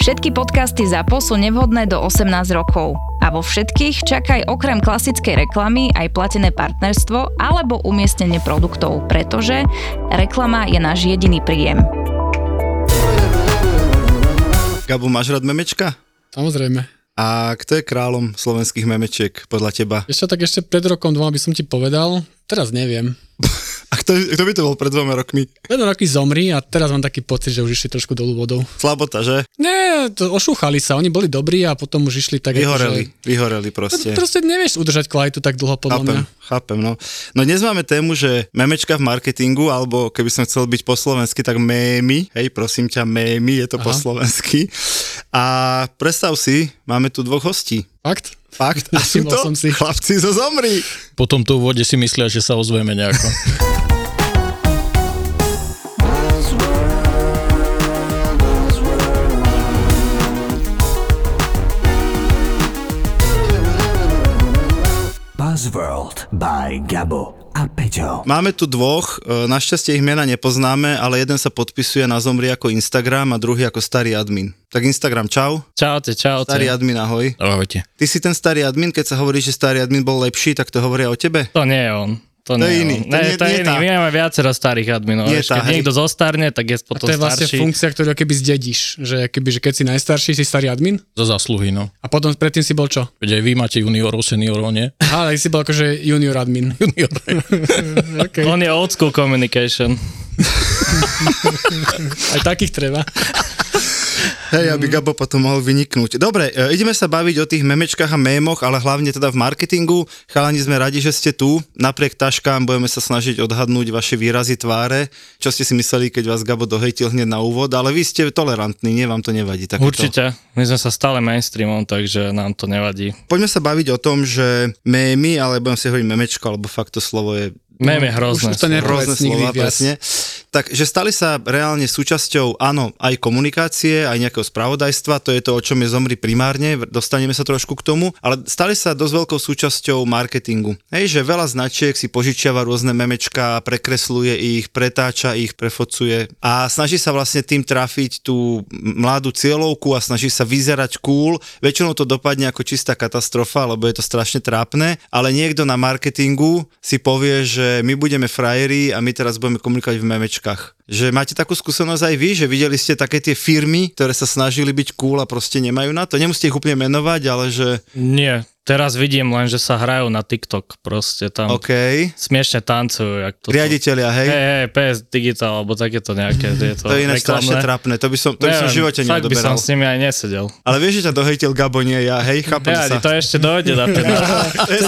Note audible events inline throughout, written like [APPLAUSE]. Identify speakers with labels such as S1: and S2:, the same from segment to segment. S1: Všetky podcasty ZAPO sú nevhodné do 18 rokov. A vo všetkých čakaj okrem klasickej reklamy aj platené partnerstvo alebo umiestnenie produktov, pretože reklama je náš jediný príjem.
S2: Gabu, máš rád memečka?
S3: Samozrejme.
S2: A kto je kráľom slovenských memečiek podľa teba?
S3: Ešte tak ešte pred rokom dvoma by som ti povedal, teraz neviem.
S2: A kto, kto by to bol pred dvoma rokmi?
S3: Len roky zomri a teraz mám taký pocit, že už išli trošku dolu vodou.
S2: Slabota, že?
S3: Ne, to ošúchali sa, oni boli dobrí a potom už išli tak...
S2: Vyhoreli, vyhoreli proste.
S3: Akože, proste nevieš udržať kvalitu tak dlho podľa
S2: Chápem,
S3: mňa.
S2: chápem, no. No dnes máme tému, že memečka v marketingu, alebo keby som chcel byť po slovensky, tak mémy, hej, prosím ťa, mémy, je to Aha. po
S3: Aha.
S2: slovensky. A predstav si, máme tu dvoch hostí.
S3: Fakt? [LAUGHS]
S2: Fakt? A sú
S3: Všimol
S2: to
S3: som si.
S2: chlapci zo Zomri.
S4: Po tomto úvode si myslia, že sa ozveme nejako.
S5: Buzzworld by Gabo a Peťo.
S2: Máme tu dvoch, e, našťastie ich mena nepoznáme, ale jeden sa podpisuje na Zomri ako Instagram a druhý ako starý admin. Tak Instagram, čau.
S4: [LAUGHS] Čaute, čaute.
S2: Starý admin, ahoj.
S4: Ahojte.
S2: Ty si ten starý admin, keď sa hovorí, že starý admin bol lepší, tak to hovoria o tebe?
S4: To nie je on. To,
S2: To je
S4: nie je
S2: iný,
S4: On.
S2: to
S4: Ne,
S2: nie-
S4: to je
S2: nie
S4: iný.
S2: tá.
S4: My máme viacero starých adminov.
S2: Nie
S4: vieš,
S2: tá,
S4: keď
S2: hej.
S4: niekto zostarne, tak je
S3: A
S4: potom
S3: to je vlastne
S4: starší.
S3: funkcia, ktorú keby zdedíš, že keby, že keď si najstarší, si starý admin
S4: Za zásluhy, no.
S3: a potom predtým si bol čo?
S4: Veď aj vy máte juniorov, seniorov, nie?
S3: Aha, tak si bol akože junior
S2: [LAUGHS]
S3: admin.
S4: Junior.
S3: Okay.
S4: On je old school communication.
S3: Aj takých treba.
S2: Hej, aby Gabo potom mohol vyniknúť. Dobre, e, ideme sa baviť o tých memečkách a mémoch, ale hlavne teda v marketingu. Chalani, sme radi, že ste tu. Napriek taškám budeme sa snažiť odhadnúť vaše výrazy tváre. Čo ste si mysleli, keď vás Gabo dohejtil hneď na úvod, ale vy ste tolerantní, nie vám to nevadí. Takéto.
S4: Určite. My sme sa stále mainstreamom, takže nám to nevadí.
S2: Poďme sa baviť o tom, že mémy, ale budem si hovoriť memečko, alebo fakt to slovo je
S4: Mem
S2: No,
S4: je hrozné.
S3: už to ne-
S2: rôzne
S3: Povedz nikdy
S2: slova,
S3: viac.
S2: presne. Takže stali sa reálne súčasťou, áno, aj komunikácie, aj nejakého spravodajstva, to je to, o čom je Zomri primárne, v- dostaneme sa trošku k tomu, ale stali sa dosť veľkou súčasťou marketingu. Hej, že veľa značiek si požičiava rôzne memečka, prekresluje ich, pretáča ich, prefocuje a snaží sa vlastne tým trafiť tú mladú cieľovku a snaží sa vyzerať cool. Väčšinou to dopadne ako čistá katastrofa, lebo je to strašne trápne, ale niekto na marketingu si povie, že my budeme frajeri a my teraz budeme komunikovať v memečkách. Že máte takú skúsenosť aj vy, že videli ste také tie firmy, ktoré sa snažili byť cool a proste nemajú na to. Nemusíte ich úplne menovať, ale že
S4: Nie. Teraz vidím len, že sa hrajú na TikTok. Proste tam
S2: OK,
S4: smiešne tancujú. Jak to
S2: riaditeľia, hej.
S4: No. Hej, hej, PS Digital, alebo takéto
S2: [LAUGHS]
S4: nejaké. Je to,
S2: To je iné
S4: reklamné.
S2: strašne trápne, to by som, to by som v
S4: Neviem,
S2: živote
S4: Fakt by som
S2: neodoberal.
S4: s nimi aj nesedel.
S2: Ale vieš, že ťa dohejtil Gabo, nie ja, hej, chápem
S4: Ja,
S2: sa.
S4: to ešte dojde na ten.
S2: To je sa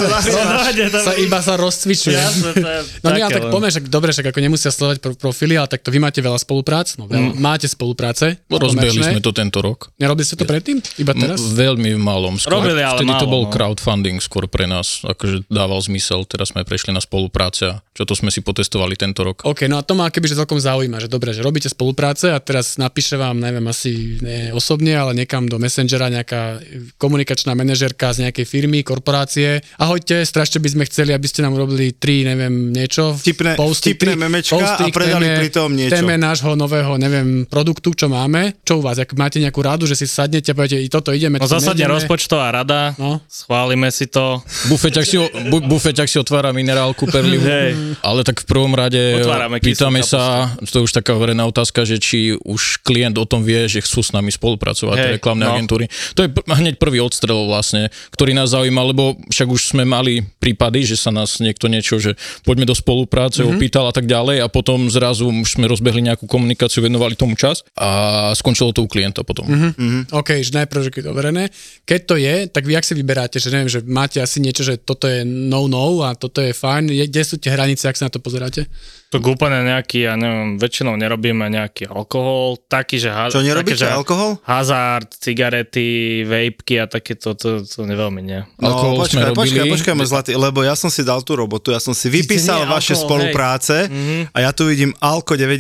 S4: To
S2: zahrievaš.
S4: dojde, to
S3: Sa iba sa rozcvičuje.
S4: Jasné, to je
S3: No nie,
S4: také
S3: ale tak
S4: len.
S3: poďme, však dobre, však ako nemusia sledovať pro- profily, ale tak to vy máte veľa spoluprác, no veľa, mm. No, máte spolupráce.
S6: Rozbehli
S3: komerčné.
S6: sme to tento rok.
S3: Nerobili ste to predtým? Iba
S6: M-
S3: teraz?
S6: veľmi malom. Skôr.
S4: Robili, ale
S6: Vtedy to
S4: málo,
S6: bol
S4: no.
S6: crowdfunding skôr pre nás, akože dával zmysel, teraz sme prešli na spolupráce a čo to sme si potestovali tento rok.
S3: OK, no a to ma kebyže celkom zaujíma, že dobre, že robíte spolupráce a teraz napíše vám, neviem, asi ne osobne, ale niekam do Messengera nejaká komunikačná manažerka z nejakej firmy, korporácie. Ahojte, strašne by sme chceli, aby ste nám urobili tri, neviem, niečo.
S2: Vtipné- vtipné memečka a
S3: k
S2: predali pri tom niečo.
S3: Téme nášho nového, neviem, produktu, čo máme. Čo u vás, ak máte nejakú radu, že si sadnete a poviete, i toto ideme,
S4: No
S3: toto
S4: zásadne
S3: nejdeme.
S4: rozpočtová rada,
S3: No.
S4: schválime si to,
S6: Bufeťak si, o- bu, bufeťak si otvára minerálku perlivu,
S4: Hej.
S6: ale tak v prvom rade e,
S4: Otvárame kyslú
S6: pýtame sa, to je už taká verejná otázka, že či už klient o tom vie, že chcú s nami spolupracovať,
S4: Hej,
S6: tie reklamné
S4: no.
S6: agentúry. To je pr- hneď prvý odstrel vlastne, ktorý nás zaujíma, lebo však už sme mali prípady, že sa nás niekto niečo, že poďme do spolupráce,
S4: Mhm.
S6: mm-hmm. opýtal a tak ďalej a potom zrazu už sme rozbehli nejakú komunikáciu, venovali tomu čas
S4: Mhm.
S6: a skončilo to u klienta potom. Mm-hmm.
S3: OK, že najprv, že keď je overené. Keď to je, tak vy ak si vyberáte, že neviem, že máte asi niečo, že toto je no-no a toto je fajn. Je, kde sú tie hranice, ak sa na to pozeráte?
S4: Tak úplne nejaký, ja neviem, väčšinou nerobíme nejaký alkohol, taký, že... Ha-
S2: Čo, nerobíte
S4: také, že
S2: alkohol?
S4: Hazard, cigarety, vejpky a takéto, to, to veľmi nie.
S2: No
S6: Alkohol
S2: počkaj,
S6: sme
S2: počkaj,
S6: robili.
S2: počkaj, môj zlatý, lebo ja som si dal tú robotu, ja som si vypísal
S4: nie,
S2: vaše
S4: alkohol,
S2: spolupráce
S6: Mhm.
S2: a ja tu vidím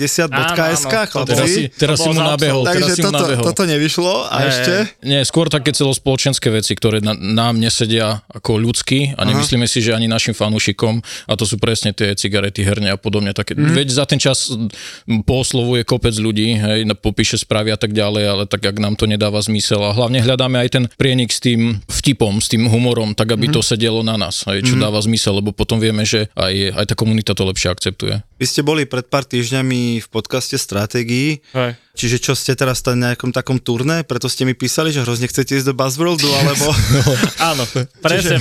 S2: alko90.sk,
S4: Áno, áno, to
S6: Teraz si,
S2: chlapci.
S6: teraz
S4: To
S6: si
S4: bol
S6: mu
S4: za
S6: nabehol, teraz
S2: Takže
S6: si mu
S2: toto,
S6: nabehol.
S2: toto nevyšlo a ešte...
S6: Nie, skôr také celospoločenské veci, ktoré na, nám nesedia ako ľudsky a nemyslíme si, že ani našim fanúšikom a to sú presne tie cigarety, herne a podobne. Také. Mm. Veď za ten čas mm, pooslovuje kopec ľudí, hej, na- popíše správy a tak ďalej, ale tak ak nám to nedáva zmysel a hlavne hľadáme aj ten prienik s tým vtipom, s tým humorom, tak aby mm. to sedelo na nás, hej, čo mm. dáva zmysel, lebo potom vieme, že aj, aj tá komunita to lepšie akceptuje.
S2: Vy ste boli pred pár týždňami v podcaste Stratégii,
S4: Hej.
S2: čiže čo ste teraz na nejakom takom turné, preto ste mi písali, že hrozne chcete ísť do Buzzworldu,
S6: [LAUGHS]
S2: alebo... [LAUGHS]
S4: Áno, presne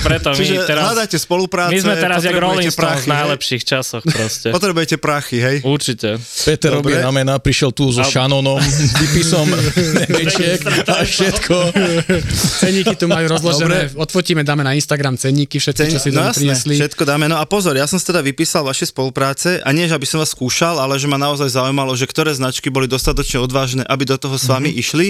S2: Čiže-
S4: preto my
S2: čiže
S4: teraz...
S2: hľadáte spolupráce,
S4: My sme teraz jak
S2: potrebujete
S4: Rolling Stones
S2: prachy,
S4: v
S2: hej?
S4: najlepších časoch proste.
S2: Potrebujete prachy, hej?
S4: Určite.
S6: Peter
S2: Dobre.
S6: robí ramena, prišiel tu so
S4: A-
S6: Šanonom, vypisom nemečiek a všetko.
S3: Ceníky tu majú rozložené, odfotíme, dáme na Instagram ceníky, všetko, čo si
S2: no
S3: tam
S2: jasné,
S3: priniesli.
S2: všetko dáme. No a pozor, ja som si teda vypísal vaše spolupráce a nie, že aby som vás skúšal, ale že ma naozaj zaujímalo, že ktoré značky boli dostatočne odvážne, aby do toho s
S3: Mhm.
S2: vami mm-hmm. išli,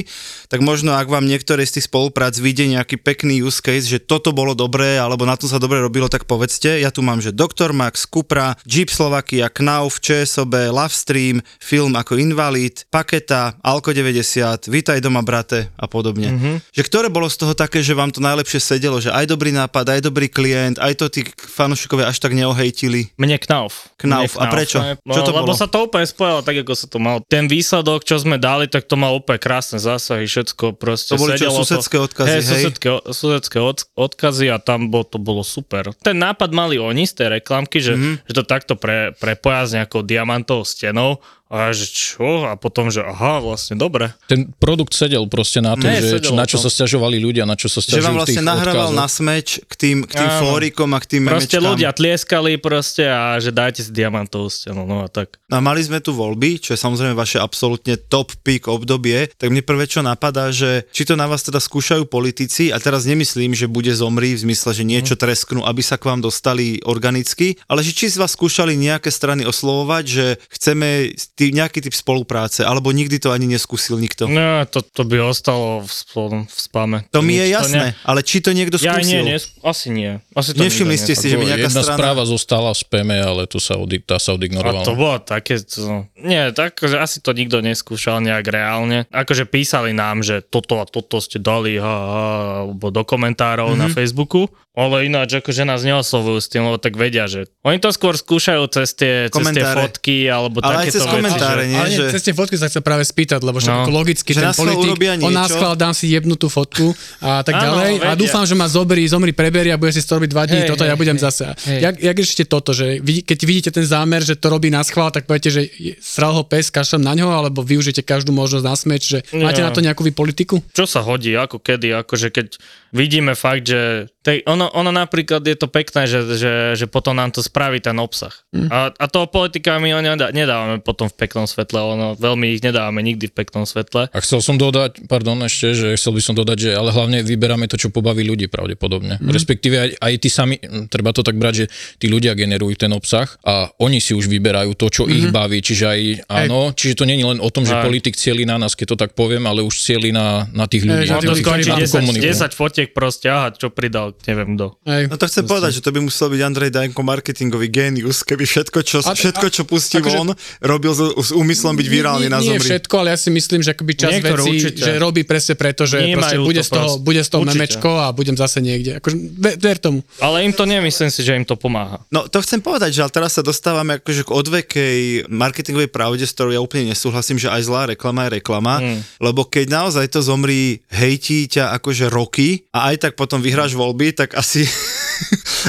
S2: tak možno ak vám niektoré z tých spoluprác vyjde nejaký pekný use case, že toto bolo dobré alebo na to sa dobre robilo, tak povedzte. Ja tu mám, že Dr. Max, Cupra, Jeep Slovakia, Knauf, ČSOB, Love Stream, film ako Invalid, Paketa, Alko 90, Vítaj doma brate a podobne.
S4: Mhm.
S2: Mm-hmm. Že ktoré bolo z toho také, že vám to najlepšie sedelo, že aj dobrý nápad, aj dobrý klient, aj to tí fanúšikovia až tak neohejtili.
S4: Mne knauf.
S2: Knauf.
S4: Mne
S2: A prečo?
S4: ne? No,
S2: Čo to
S4: lebo
S2: bolo?
S4: sa to úplne spojilo tak, ako sa to malo. Ten výsledok, čo sme dali, tak to mal úplne krásne zásahy, všetko
S2: To
S4: proste
S2: boli čo,
S4: sedelo
S2: susedské odkazy,
S4: Hej,
S2: hej?
S4: Susedské, susedské od, odkazy a tam bo, to bolo super. Ten nápad mali oni z tej reklamky, že,
S2: Mhm.
S4: mm-hmm. že to takto pre, prepoja s nejakou diamantovou stenou a ja, že čo? A potom, že aha, vlastne dobre.
S6: Ten produkt sedel proste na to,
S4: Ne,
S6: že, čo,
S4: sedelo
S6: na čo
S4: to.
S6: sa stiažovali ľudia, na čo sa
S2: Že
S6: stiažujú
S2: vám vlastne
S6: tých
S2: nahrával na
S6: odkazov.
S2: smeč k tým, k tým
S4: Áno.
S2: fórikom a k tým
S4: Proste
S2: memečkám.
S4: ľudia tlieskali proste a že dajte si diamantovú stenu, no a tak.
S2: No a mali sme tu voľby, čo je samozrejme vaše absolútne top peak obdobie, tak mne prvé čo napadá, že či to na vás teda skúšajú politici, a teraz nemyslím, že bude zomri v zmysle, že niečo tresknú, aby sa k vám dostali organicky, ale že či z vás skúšali nejaké strany oslovovať, že chceme tý, nejaký typ spolupráce, alebo nikdy to ani neskúsil nikto.
S4: No, to, to by ostalo v, sp- v spame.
S2: To mi je
S4: nič- ne-
S2: jasné, ale či to niekto
S4: Ja nie,
S2: skúsil?
S4: nie, asi nie. Asi to
S2: Nevšimli
S4: nikto
S2: ste si, že by
S6: To
S2: nejaká
S6: Jedna
S2: strana...
S6: správa zostala v speme, ale tu sa odi- tá
S4: A
S6: sa odignorovala.
S4: to bolo také, to, nie, tak, že asi to nikto neskúšal nejak reálne. Akože písali nám, že toto a toto ste dali ha, ha, alebo do komentárov
S2: Mhm.
S4: mm-hmm. na Facebooku, ale ináč akože nás neoslovujú s tým, lebo tak vedia, že oni to skôr skúšajú cez tie, cez tie
S2: Komentáre.
S4: fotky alebo
S2: Ale aj
S4: takéto
S2: cez
S4: veci,
S2: komentáre,
S4: že-
S2: nie?
S3: Ale nie,
S2: že-
S3: cez tie fotky sa chcem práve spýtať, lebo
S4: No.
S3: však no. logicky
S2: Že
S3: ten
S2: na schvál
S3: politik,
S2: urobia
S3: on
S2: niečo.
S3: nás chval, dám si jebnutú fotku a tak
S4: Áno,
S3: ďalej a
S4: vedia.
S3: dúfam, že ma zobrí, zomri, preberie a bude si to robiť dva dní,
S4: Hej,
S3: toto
S4: hej,
S3: ja budem
S4: hej,
S3: zase.
S4: hej.
S3: Jak, jak ešte toto, že vidí- keď vidíte ten zámer, že to robí na schvál, tak poviete, že je- sral ho pes, kašlem na ňo, alebo využijete každú možnosť na smeč, že máte
S4: Nie.
S3: na to nejakú vy politiku?
S4: čo sa hodí, ako kedy, akože keď vidíme fakt, že tej, ono, ono napríklad je to pekné, že, že, že potom nám to spraví ten obsah. Mm. A, a toho politika my ho nedá, nedávame potom v peknom svetle, ono veľmi ich nedávame nikdy v peknom svetle.
S6: A chcel som dodať, pardon ešte, že chcel by som dodať, že ale hlavne vyberáme to, čo pobaví ľudí pravdepodobne. Mm. Respektíve aj, aj tí sami, mm, treba to tak brať, že tí ľudia generujú ten obsah a oni si už vyberajú to, čo mm. ich baví. Čiže aj áno, čiže to nie je len o tom, že
S4: Aj.
S6: politik cieli na nás, keď to tak poviem, ale už cieli na, na tých
S3: Hej,
S6: ľudí.
S3: že
S6: na
S4: On to
S6: tých,
S4: skončí
S6: na tú
S4: 10,
S6: komunitu.
S4: 10 fotiek proste, aha, čo pridal, neviem kto.
S3: Hej.
S2: No to chcem povedať, že to by musel byť Andrej Danko marketingový génius, keby všetko, čo,
S3: A- a-
S2: všetko, čo pustí
S3: akože-
S2: von, robil s, s úmyslom byť virálny
S3: nie,
S2: na
S3: nie
S2: zomri.
S3: všetko, ale ja si myslím, že akoby čas
S4: Niektoré
S3: vecí,
S4: určite.
S3: že robí presne preto, že
S4: Vnímajú
S3: proste
S4: to
S3: bude, z toho,
S4: proste.
S3: bude z toho
S4: Určite.
S3: memečko a budem zase niekde. Akože, ver, ver tomu.
S4: Ale im to nemyslím si, že im to pomáha.
S2: No to chcem povedať, že ale teraz sa dostávame akože k odvekej marketingovej pravde, s ktorou ja úplne nesúhlasím, že aj zlá reklama je reklama, mm. lebo keď naozaj to zomrí hejtí ťa akože roky a aj tak potom vyhráš voľby, tak asi [LAUGHS]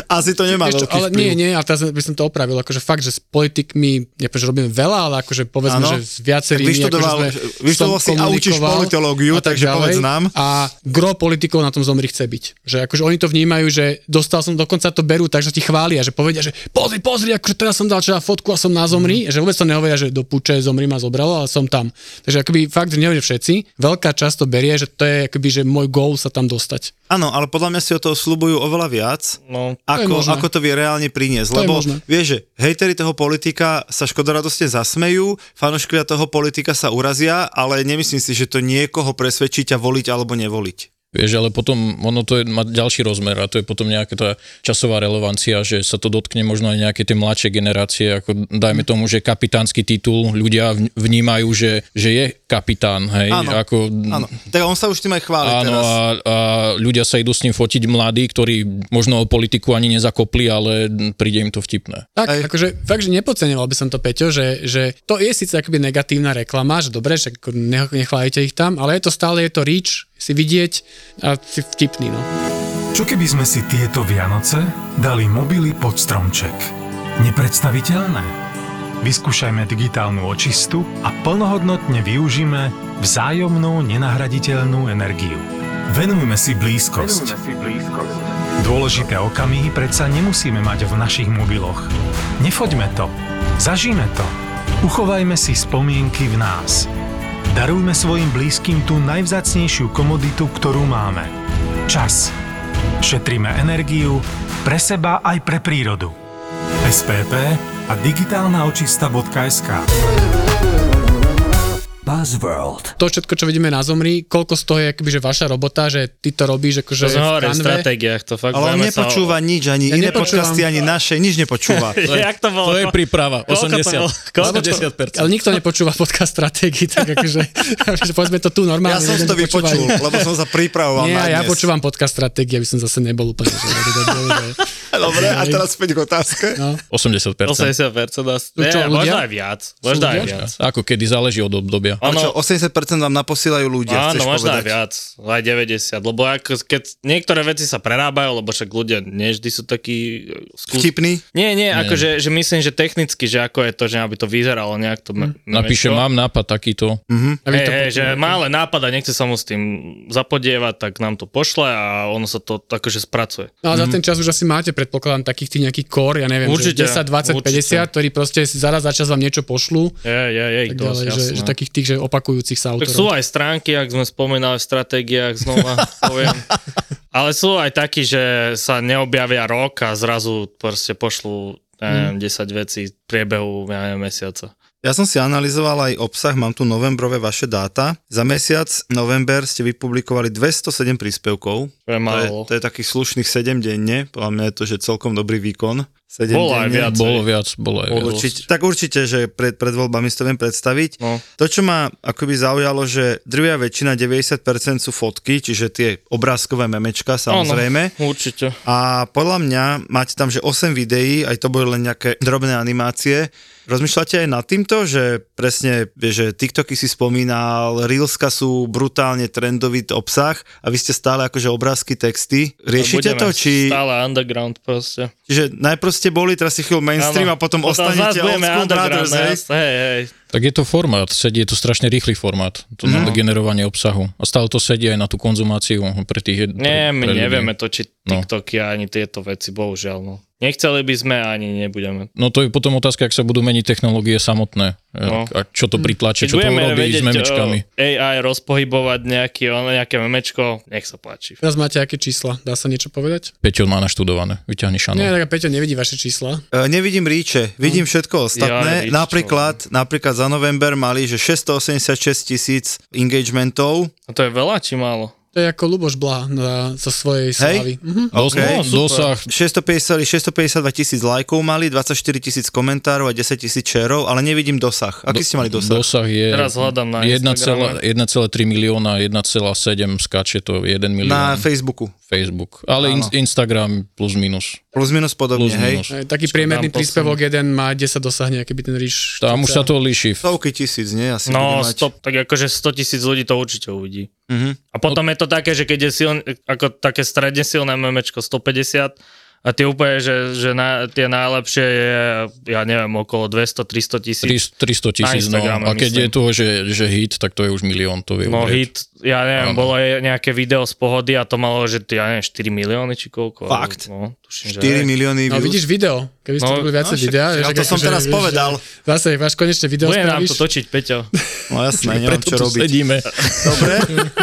S2: Asi to nemá
S3: Vieš čo,
S2: veľký
S3: ale
S2: vplyv.
S3: nie, nie, a teraz by som to opravil, akože fakt, že s politikmi, ja že robím veľa, ale akože povedzme,
S2: Áno.
S3: že s viacerými,
S2: Tak vyštudoval-
S3: akože sme,
S2: vyštudoval si
S3: som
S2: a učíš
S3: komunikoval
S2: politológiu,
S3: a tak
S2: takže
S3: ďalej.
S2: povedz nám.
S3: A gro politikov na tom zomri chce byť. Že akože oni to vnímajú, že dostal som, dokonca to berú, takže ti chvália, že povedia, že pozri, pozri, akože teraz som dal čo fotku a som na
S2: Mhm.
S3: zomri, že vôbec to nehovoria, že do puče zomri ma zobralo, ale som tam. Takže akoby fakt, že neviem že všetci, veľká časť to berie, že to je akoby, že môj goal sa tam dostať.
S2: Áno, ale podľa mňa si o toho slubujú oveľa viac,
S4: No,
S2: ako,
S3: možné.
S2: ako to vie reálne priniesť.
S3: To je
S2: lebo
S3: možné.
S2: vieš, že hejteri toho politika sa škodoradostne zasmejú, fanúškovia toho politika sa urazia, ale nemyslím si, že to niekoho presvedčí ťa voliť alebo nevoliť.
S6: Vieš, ale potom ono to je, má ďalší rozmer a to je potom nejaká tá časová relevancia, že sa to dotkne možno aj nejaké tie mladšie generácie, ako dajme tomu, že kapitánsky titul, ľudia vn- vnímajú, že, že je kapitán, hej,
S2: Áno,
S6: ako...
S4: Mm.
S2: Áno. Tak on sa už tým aj chváli
S6: Áno,
S2: teraz.
S6: a, a ľudia sa idú s ním fotiť mladí, ktorí možno o politiku ani nezakopli, ale príde im to vtipné.
S3: Tak,
S2: Aj-
S3: Aj. akože fakt, že nepodceňoval by som to, Peťo, že, že to je síce akoby negatívna reklama, že dobre, že ako ne- nechválite ich tam, ale je to stále, je to reach, si vidieť a si vtipný, no.
S7: Čo keby sme si tieto Vianoce dali mobily pod stromček? Nepredstaviteľné. Vyskúšajme digitálnu očistu a plnohodnotne využíme vzájomnú nenahraditeľnú energiu. Venujme si blízkosť. Dôležité okamihy predsa nemusíme mať v našich mobiloch. Nefoďme to. Zažíme to. Uchovajme si spomienky v nás. Darujme svojim blízkym tú najvzácnejšiu komoditu, ktorú máme. Čas. Šetríme energiu pre seba aj pre prírodu.
S8: SPP a digitálnaočista.sk
S5: Buzzworld.
S3: To všetko, čo vidíme na Zomri, koľko z toho je akoby, že vaša robota, že ty to robíš, akože
S4: to sme
S3: v
S4: hovorili v
S3: kanve.
S4: stratégiách, to fakt
S2: Ale on
S4: zaujíma sa o- [LAUGHS]
S2: nepočúva nič, ani
S3: Ja
S2: iné
S3: nepočúvam.
S2: podcasty, ani naše, nič nepočúva.
S4: Jak to bolo?
S6: To je príprava,
S4: Koľko to bolo?
S6: 80,
S4: Koľko to-
S6: 80%.
S3: Ale nikto nepočúva podcast stratégií, tak akože, že povedzme to tu normálne.
S2: Ja som si
S3: ľudia
S2: to vypočul,
S3: nepočúvajú.
S2: lebo som sa pripravoval na
S3: Nie, ja
S2: dnes.
S3: počúvam podcast stratégie, aby som zase nebol úplne. Že,
S2: [LAUGHS] Dobre, a teraz späť k otázke.
S3: no.
S4: 80%
S6: 80%.
S4: nás...
S3: No
S4: Ne,
S3: čo,
S4: možno
S3: ľudia?
S4: aj viac. Možno aj
S3: ľudia?
S4: viac.
S6: Ako kedy, záleží od obdobia.
S2: Čo,
S4: Ono,
S2: 80% vám naposílajú ľudia,
S4: áno,
S2: chceš
S4: možno aj
S2: povedať.
S4: viac, aj 90, lebo ako, keď niektoré veci sa prerábajú, lebo však ľudia nevždy sú takí e, skús-
S2: Vtipný?
S4: Nie, nie, akože že myslím, že technicky, že ako je to, že aby to vyzeralo nejak
S3: Hm,
S4: to... me-
S6: Napíše,
S4: meško.
S6: mám nápad takýto.
S2: Mm.
S3: Aby
S4: Hej,
S3: to
S4: hej,
S3: počúvali.
S4: že má ale nápad a nechce sa mu s tým zapodievať, tak nám to pošle a ono sa to akože spracuje.
S3: No a za ten čas už asi máte, predpokladám, takých tých nejakých core, ja neviem, že
S4: Určite,
S3: 10, 20,
S4: určite.
S3: 50, ktorí proste si zaraz za čas vám niečo pošlú,
S4: Je, je, je, ich
S3: tak
S4: dosť,
S3: ďalej, že,
S4: jasné.
S3: že takých tých, že opakujúcich sa
S4: Tak sú
S3: autorov.
S4: aj stránky, ak sme spomínali v stratégiách, znova
S2: [LAUGHS]
S4: poviem. Ale sú aj takí, že sa neobjavia rok a zrazu proste pošlú ja neviem,
S2: Mhm.
S4: 10 vecí v priebehu ja neviem, mesiaca.
S2: Ja som si analyzoval aj obsah, mám tu novembrové vaše dáta. Za mesiac november ste vypublikovali 207 príspevkov.
S4: To je
S2: To je,
S4: málo.
S2: to je takých slušných 7 denne, podľa mňa je to, že celkom dobrý výkon. 7
S4: Bolo aj
S2: denne.
S4: viac.
S6: Bolo viac, bolo aj viac.
S2: Určite, tak určite, že pred, pred voľbami si to viem predstaviť.
S4: No.
S2: To, čo ma akoby zaujalo, že drvia väčšina, 90% sú fotky, čiže tie obrázkové memečka samozrejme.
S4: Áno, určite.
S2: A podľa mňa máte tam, že 8 videí, aj to boli len nejaké drobné animácie. Rozmýšľate aj nad týmto, že presne, vieš, že TikToky si spomínal, Reelska sú brutálne trendový obsah a vy ste stále akože obrázky, texty. Riešite
S4: No, Budeme
S2: to? Či,
S4: Stále underground proste.
S2: že najprv ste boli, teraz si chvíľu mainstream
S4: Áno.
S2: a potom,
S4: zás
S2: ostanete old
S4: budeme
S2: school
S4: underground,
S2: brothers, hej?
S4: no jasné, hej, hej.
S6: Tak je to formát, sedí, je to strašne rýchly formát, to
S4: Mhm.
S6: mm. generovanie obsahu. A stále to sedí aj na tú konzumáciu pre tých... jed-
S4: Nie,
S6: pre,
S4: my
S6: pre ľudí.
S4: nevieme točiť
S6: No.
S4: TikToky ani tieto veci, bohužiaľ. No. Nechceli by sme, ani nebudeme.
S6: No to je potom otázka, ak sa budú meniť technológie samotné.
S4: No.
S6: No. A čo to pritlačí,
S4: Keď
S6: čo to
S4: budeme
S6: urobí s
S4: vedieť,
S6: memečkami.
S4: o, AI rozpohybovať nejaký, on, nejaké memečko, nech sa páči.
S3: Teraz máte aké čísla? Dá sa niečo povedať?
S6: Peťo má naštudované, vyťahni šanu.
S3: Nie, tak Peťo nevidí vaše čísla.
S2: E, Nevidím ríče, vidím všetko
S4: Ja,
S2: ostatné.
S4: ríč,
S2: napríklad, napríklad za november mali, že 686 tisíc engagementov.
S4: A to je veľa či málo?
S3: To je ako Luboš Blaha na, zo svojej slávy. Mhm.
S2: OK.
S6: Dos- no, dosah,
S2: 650, 652 tisíc lajkov mali, 24 tisíc komentárov a 10 tisíc šerov, ale nevidím dosah. Aký ste mali dosah?
S6: dosah je
S4: Teraz hľadám na
S6: 1,3
S4: Instagrame.
S6: milióna, 1,7 skáče to 1
S2: Na
S6: milión
S2: Facebooku.
S6: Facebook. Ale in,
S2: Áno.
S6: Instagram plus minus.
S2: Plus minus podobne,
S6: Plus
S2: plus hej?
S6: minus.
S3: Aj Taký priemerný
S4: dám posun.
S3: príspevok jeden má 10 dosahne, keby ten ríš...
S6: Tam už sa to líši.
S2: Stovky tisíc, nie? Asi
S4: No,
S2: bude mať. Mhm.
S4: stop, tak akože 100 tisíc ľudí to určite uvidí. A potom je to také, že keď je siln, ako také stredne silné memečko 150 A tie úplne, že, že na, tie najlepšie je, ja neviem, okolo 200-300 tisíc.
S6: 300 tisíc, no.
S4: Instagrame,
S6: A keď
S4: myslím.
S6: je to, že, že hit, tak to je už milión, to vie
S4: No
S6: umrieť.
S4: hit, ja neviem,
S6: Áno.
S4: bolo je nejaké video z pohody a to malo, že ja neviem, 4 milióny či koľko. ale-
S2: Fakt?
S4: No, tuším, že
S2: 4
S4: hej.
S2: milióny
S3: No
S2: views.
S3: vidíš video, keby ste
S4: No,
S3: robili viacej
S2: však-
S3: videa.
S2: však
S3: že
S2: to som
S3: akože,
S2: teraz
S3: vieš,
S2: povedal.
S3: že Zase, máš konečne video
S4: Bude nám
S3: spravíš.
S4: to točiť, Peťo.
S2: No jasné, neviem čo
S6: tu
S2: robiť.
S6: sedíme.
S2: Dobre,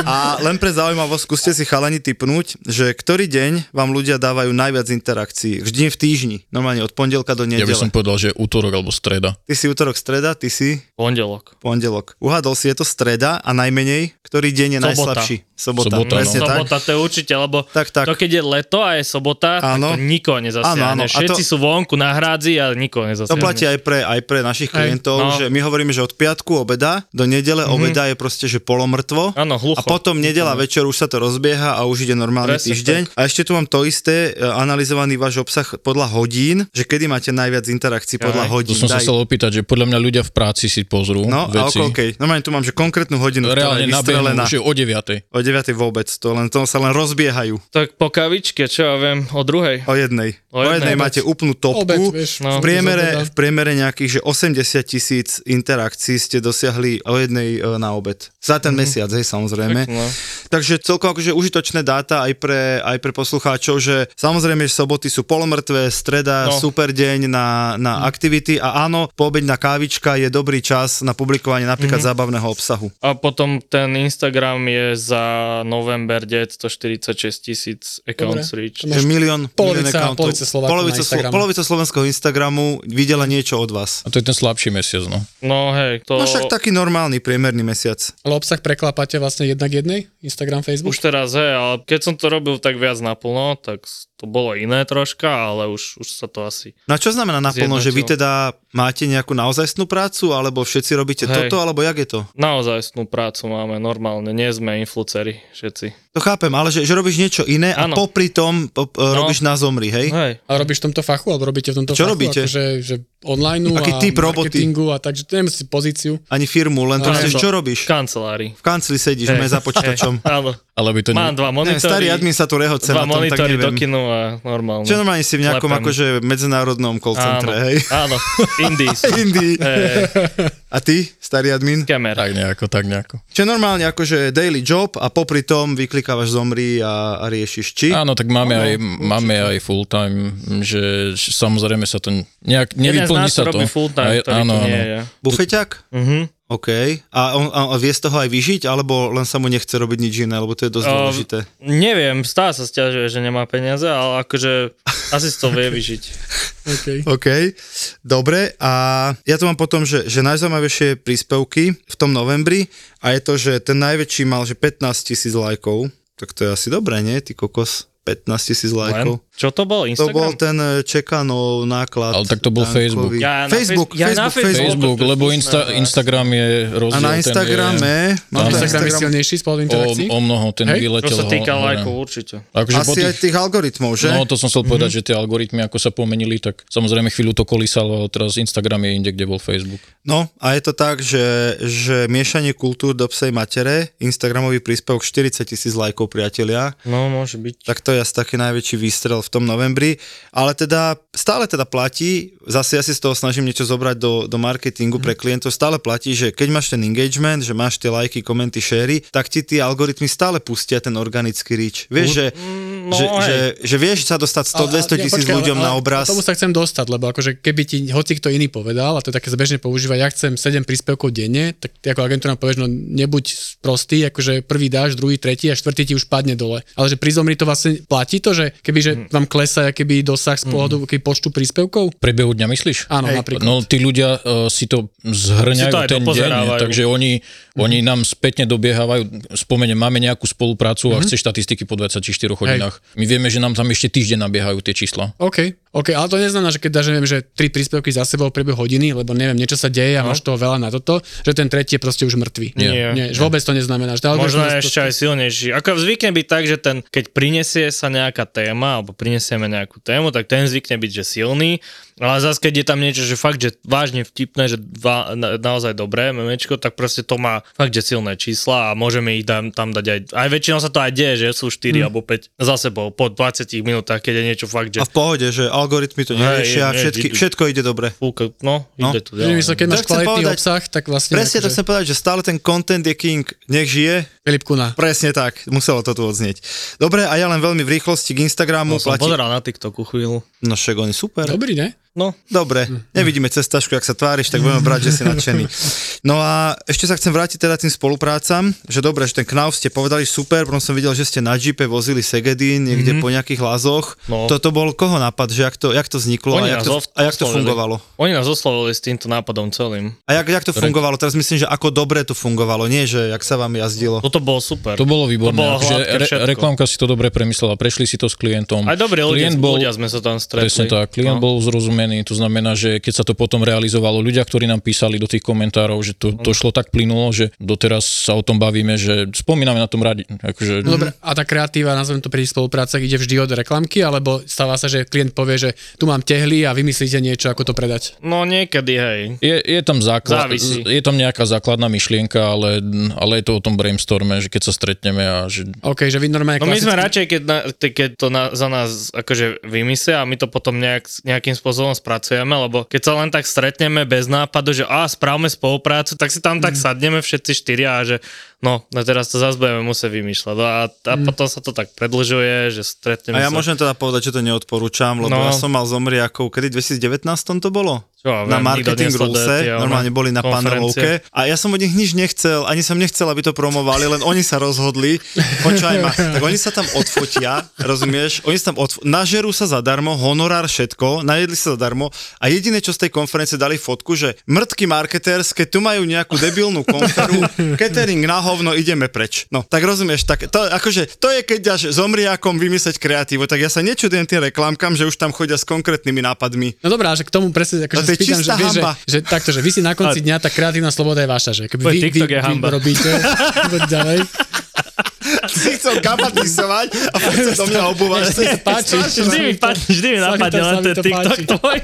S2: a len pre zaujímavosť, skúste si chalani typnúť, že ktorý deň vám ľudia dávajú najviac interakcií. Vždy v týždni, normálne od pondelka do
S6: Ja
S2: nedele.
S6: by som povedal, že útorok alebo streda.
S2: Ty si útorok, streda, ty si
S4: Pondelok.
S2: pondelok. Uhádol si, je to streda a najmenej, ktorý deň je
S4: Sobota.
S2: najslabší? Sobota.
S6: Sobota, no.
S2: presne tak.
S4: sobota to je určite, lebo
S2: Tak, tak.
S4: to keď je leto a je sobota,
S2: Áno.
S4: áno. tak to nikoho nezasiahne.
S2: Áno, áno.
S4: Áno,
S2: A to-
S4: Všetci sú vonku na hrádzi a nikoho nezasiahne.
S2: To platí aj pre, aj pre našich
S3: Aj,
S2: klientov,
S4: no.
S2: že my hovoríme, že od piatku obeda do nedele
S6: Mhm.
S2: mm-hmm. obeda je proste, že polomrtvo.
S4: Áno, hlucho.
S2: A potom nedela večer už sa to rozbieha a už ide normálny
S4: Presne
S2: týždeň. A ešte tu mám to isté, e, analyzovaný váš obsah podľa hodín, že kedy máte najviac interakcií podľa
S4: Aj.
S6: To
S2: hodín.
S6: som sa chcel opýtať, že podľa mňa ľudia v práci si pozrú
S2: no a
S6: veci.
S2: okolo okay. Normálne tu mám, že konkrétnu hodinu, ktorá
S6: No, Reálne
S2: je
S6: nabehnú,
S2: vystrelená.
S6: že o 9.
S2: O 9 vôbec, to len to sa len rozbiehajú.
S4: Tak po kavičke, čo ja viem, o druhej.
S2: O jednej. O
S4: O
S2: jednej,
S4: jednej,
S2: máte úplnú topku.
S3: Obed, vieš,
S2: v,
S4: No.
S2: priemere, v priemere nejakých že 80 tisíc interakcií ste dosiahli o jednej e, na obed. Za
S4: Mhm.
S2: ten mesiac, hej, samozrejme.
S4: Tak, no.
S2: Takže celkom akože užitočné dáta aj pre, aj pre poslucháčov, že samozrejme, že soboty sú polomrtvé, streda,
S4: No. Mhm.
S2: super deň na, na aktivity a áno, poobedná kávička je dobrý čas na publikovanie napríklad
S4: Mhm.
S2: zábavného obsahu.
S4: A potom ten Instagram je za november 946 tisíc accounts
S3: Dobre. To
S4: reach.
S2: Že
S3: máš-
S2: milión, milión
S3: polovica-
S2: accountov.
S3: polovica Slovákov na
S2: polovica, slo-
S3: Instagrame.
S2: polovica slovenského Instagramu videla niečo od vás.
S6: A to je ten slabší mesiac, no.
S4: No hej, to...
S2: No však taký normálny, priemerný mesiac.
S3: Ale obsah preklapáte vlastne jednak jednej? Instagram, Facebook?
S4: Už teraz, hej, ale keď som to robil tak viac naplno, tak to bolo iné troška, ale už, už sa to asi...
S2: No a čo znamená naplno, že vy
S4: Zjednotil.
S2: teda máte nejakú naozajstnú prácu, alebo všetci robíte
S4: Hej.
S2: toto, alebo jak je to?
S4: Naozaj snú prácu máme normálne, nie sme influenceri všetci.
S2: To chápem, ale že, že robíš niečo iné a
S4: Áno.
S2: popri tom pop, no. robíš na zomri, hej?
S4: Hej,
S3: A robíš v tomto fachu, alebo robíte v tomto
S2: Čo
S3: fachu?
S2: robíte?
S3: Akože, že online
S2: Aký
S3: a
S2: typ roboty?
S3: marketingu a tak, že neviem si pozíciu.
S2: Ani firmu, len to,
S4: Áno.
S2: že čo
S4: v
S2: robíš?
S4: kancelárii.
S2: V kancli sedíš,
S4: Hej.
S2: hey. za počítačom.
S4: [LAUGHS] Áno,
S6: Ale by to
S4: mám dva
S2: Neviem,
S4: monitory,
S2: starý admin sa tu rehoce na
S4: dva
S2: tom, tak
S4: monitory do
S2: neviem.
S4: kinu a normálne.
S2: Čo normálne si v nejakom
S4: Klepem.
S2: akože medzinárodnom call
S4: Áno,
S2: centre,
S4: [LAUGHS]
S2: hej? [LAUGHS]
S4: áno, Indies.
S2: Indii.
S4: Hej,
S2: A ty, starý admin?
S6: [LAUGHS]
S4: Kemer.
S6: Tak nejako, tak nejako.
S2: Čo normálne akože daily job a popri tom vyklikávaš zomri a, a riešiš či?
S6: Áno, tak máme,
S3: No,
S6: aj, máme aj full time, že že samozrejme sa to nejak
S4: Jeden z
S6: nevyplní
S4: nás
S6: sa to.
S4: robí full time,
S6: Aj-
S4: ktorý tu nie je.
S2: Bufeťak?
S4: Mhm.
S2: OK. A on a vie z toho aj vyžiť, alebo len sa mu nechce robiť nič iné, lebo to je dosť
S4: Um,
S2: dôležité.
S4: Neviem, stále sa stiažuje, že nemá peniaze, ale akože asi si to vie vyžiť.
S3: Okay.
S2: OK, dobre. A ja tu mám potom, že, že najzaujímavejšie príspevky v tom novembri a je to, že ten najväčší mal, že 15 tisíc lajkov. Tak to je asi dobré, nie? Ty kokos. 15 tisíc
S4: Len,
S2: lajkov.
S4: čo to bol?
S2: To
S4: Instagram?
S2: bol ten e, čekanov náklad.
S6: Ale tak to bol Facebook.
S2: Dankový.
S4: Ja na
S2: Facebook,
S4: Face- ja
S2: Facebook,
S4: na
S2: Facebook.
S4: Facebook.
S6: Facebook, lebo Insta,
S4: Áno.
S6: Instagram je
S2: A
S6: rozdiel.
S2: na
S6: ten
S2: Instagrame... No, mám
S6: Tam
S2: na
S3: Instagram je
S2: Instagram-
S3: silnejší z pohľadu
S6: je o,
S3: interakcií?
S6: o mnoho, ten
S3: Hej?
S6: vyletel.
S4: Čo sa týka
S6: hore.
S4: lajkov, určite.
S6: Akože po
S2: Asi aj
S6: tých,
S2: tých algoritmov, že? Mhm.
S6: No, to som chcel povedať, že tie algoritmy, ako sa pomenili, tak samozrejme chvíľu to kolísalo, ale teraz Instagram je inde, kde bol Facebook.
S2: No a je to tak, že, že miešanie kultúr do psej matere, Instagramový príspevok 40 tisíc lajkov priatelia,
S4: No, môže byť.
S2: tak to je asi taký najväčší výstrel v tom novembri, ale teda stále teda platí, zase ja si z toho snažím niečo zobrať do, do marketingu
S3: Mhm.
S2: pre klientov, stále platí, že keď máš ten engagement, že máš tie lajky, komenty, šéry, tak ti tí algoritmy stále pustia ten organický reach. Vieš, že,
S3: Mm,
S4: no
S2: že,
S4: hej.
S2: že, že vieš sa dostať
S3: Ale- ale-
S2: 100-200
S3: nie,
S2: tisíc
S3: počkaj, ale-
S2: ľuďom
S3: ale
S2: na obraz.
S3: k Tomu sa chcem dostať, lebo akože keby ti hoci kto iný povedal, a to je také zbežne používa, ja chcem 7 príspevkov denne, tak ty ako agentúra nám povieš, no nebuď prostý, akože prvý dáš, druhý, tretí a štvrtý ti už padne dole. Ale že pri zomri to vlastne platí to, že keby že vám klesá keby dosah z
S2: Mhm.
S3: pohľadu keby počtu príspevkov?
S6: Prebehu dňa myslíš?
S3: Áno, napríklad.
S6: No tí ľudia uh, si to zhrňajú
S4: Si to aj
S6: ten deň,
S4: dopozerávajú. Mhm.
S6: takže oni, oni nám spätne dobiehávajú, spomeniem, máme nejakú
S4: Mhm.
S6: spoluprácu a chce štatistiky po 24 hodinách. My vieme, že nám tam ešte týždeň nabiehajú tie čísla.
S3: OK. OK, ale to neznamená, že keď dáš, neviem, že tri príspevky za sebou v priebehu hodiny, lebo neviem, niečo sa deje a no. máš toho veľa na toto, že ten tretí je proste už mŕtvy.
S6: Nie.
S4: Nie.
S3: Nie, že vôbec to neznamená. Že tá
S4: Možno
S3: algoritmus
S4: je ešte aj silnejší. Ako zvykne byť tak, že ten, keď prinesie sa nejaká téma, alebo prinesieme nejakú tému, tak ten zvykne byť, že silný. Ale zase, keď je tam niečo, že fakt, že vážne vtipné, že dva, na, naozaj dobré memečko, tak proste to má fakt, že silné čísla a môžeme ich tam, tam dať aj... Aj väčšinou sa to aj deje, že sú 4 alebo 5 za sebou po 20 minútach, keď je niečo fakt,
S2: Hm. A
S4: že...
S2: v pohode, že algoritmy to
S4: Hej,
S2: neriešia,
S4: je- je-
S2: všetky,
S4: je-
S2: všetko ide dobre.
S4: Fúka, no,
S2: No.
S4: ide to
S3: Že myslím, keď
S4: ďalej.
S3: máš
S2: chcem
S3: kvalitný
S2: povedať-
S3: obsah, tak vlastne...
S2: Presne to
S3: akože-
S2: chcem povedať, že stále ten content je king, nech žije.
S3: Filip Kuna.
S2: Presne tak, muselo to tu odznieť. Dobre, a ja len veľmi v rýchlosti k Instagramu
S4: No, som
S2: platí...
S4: pozeral na TikToku chvíľu.
S2: No však on je super.
S3: Dobrý, ne?
S4: No,
S2: Dobre, nevidíme cez tašku, ak sa tváriš, tak budeme brať, že si nadšený. No a ešte sa chcem vrátiť teda tým spoluprácam, že dobre, že ten Knauf ste povedali super, potom som videl, že ste na džipe vozili Segedin niekde po nejakých lázoch.
S4: Mhm. No.
S2: Toto bol koho nápad, že jak to, jak to vzniklo
S4: oni
S2: No a jak
S4: nás
S2: to,
S4: ov-
S2: a jak to
S4: oslovili.
S2: fungovalo?
S4: Oni nás oslovili s týmto nápadom celým.
S2: A jak, jak to fungovalo? Teraz myslím, že ako dobre to fungovalo, nie že jak sa vám jazdilo.
S4: Toto bolo super.
S6: To bolo výborné.
S4: To bolo
S6: akože
S4: hladké všetko.
S6: reklamka si to dobre premyslela, prešli si to s klientom.
S4: Aj dobrý ľudia,
S6: Klient bol-
S4: ľudia sme sa tam stretli.
S6: Presne tak, klient no. bol zrozumený, to znamená, že keď sa to potom realizovalo, ľudia, ktorí nám písali do tých komentárov, že to,
S4: Mhm.
S6: to šlo tak plynulo, že doteraz sa o tom bavíme, že spomíname na tom radi. Akože,
S3: No dobre, a tá kreatíva, nazvem to pri spoluprácach, ide vždy od reklamky, alebo stáva sa, že klient povie, že tu mám tehly a vymyslíte niečo, ako to predať.
S4: No niekedy, hej.
S6: Je, je, tam základ,
S4: Závisí.
S6: je tam nejaká základná myšlienka, ale, ale je to o tom brainstorme, že keď sa stretneme a že
S3: OK, že vy normálne
S4: No my sme
S3: klasicky-
S4: radšej, keď, na, te- keď to na, za nás akože vymyslia a my to potom nejak, nejakým spôsobom spracujeme, lebo keď sa len tak stretneme bez nápadu, že a správame spoluprácu, tak si tam
S3: Mm.
S4: tak sadneme všetci štyria a že no, no teraz to zase budeme musieť vymýšľať. No A, a
S3: Mm.
S4: potom sa to tak predlžuje, že stretneme
S2: A ja
S4: sa.
S2: môžem teda povedať, že to neodporúčam, lebo
S4: No.
S2: ja som mal zomriakov, kedy 2019 to bolo?
S4: Čo ja
S2: na
S4: viem, nikto
S2: marketing
S4: nesleduje
S2: rulese,
S4: tie, ale
S2: normálne boli na
S4: konferencie.
S2: panelovke a ja som od nich nič nechcel, ani som nechcel, aby to promovali, len oni sa rozhodli, počkaj ma, tak oni sa tam odfotia, rozumieš, oni sa tam odf- nažerú sa zadarmo, honorár všetko, najedli sa zadarmo a jediné, čo z tej konferencie dali fotku, že mŕtky marketers, keď tu majú nejakú debilnú konferu, catering na hovno, ideme preč. No, tak rozumieš, tak to, akože, to je keď až zomriakom vymysleť kreatívu, tak ja sa nečudujem tým reklamkám, že už tam chodia s konkrétnymi nápadmi.
S3: No dobrá, že k tomu presne akože
S2: No to je
S3: spýtam, že,
S2: čistá
S3: vieš, že,
S2: hanba.
S3: že, takto, že vy si na konci dňa tá kreatívna sloboda je vaša, že keby
S4: Tvoj
S3: vy, vy,
S4: TikTok
S3: vy,
S4: je hanba.
S3: robíte, [LAUGHS] poď ďalej.
S2: si chcel kapatisovať a furt sa do mňa obúvaš.
S3: Mne sa páči.
S4: Vždy mi, páči, vždy mi
S3: Sa mi to-
S4: napadne
S3: sa
S4: len
S3: mi
S4: ten
S3: to
S4: TikTok
S3: páči.
S4: tvoj.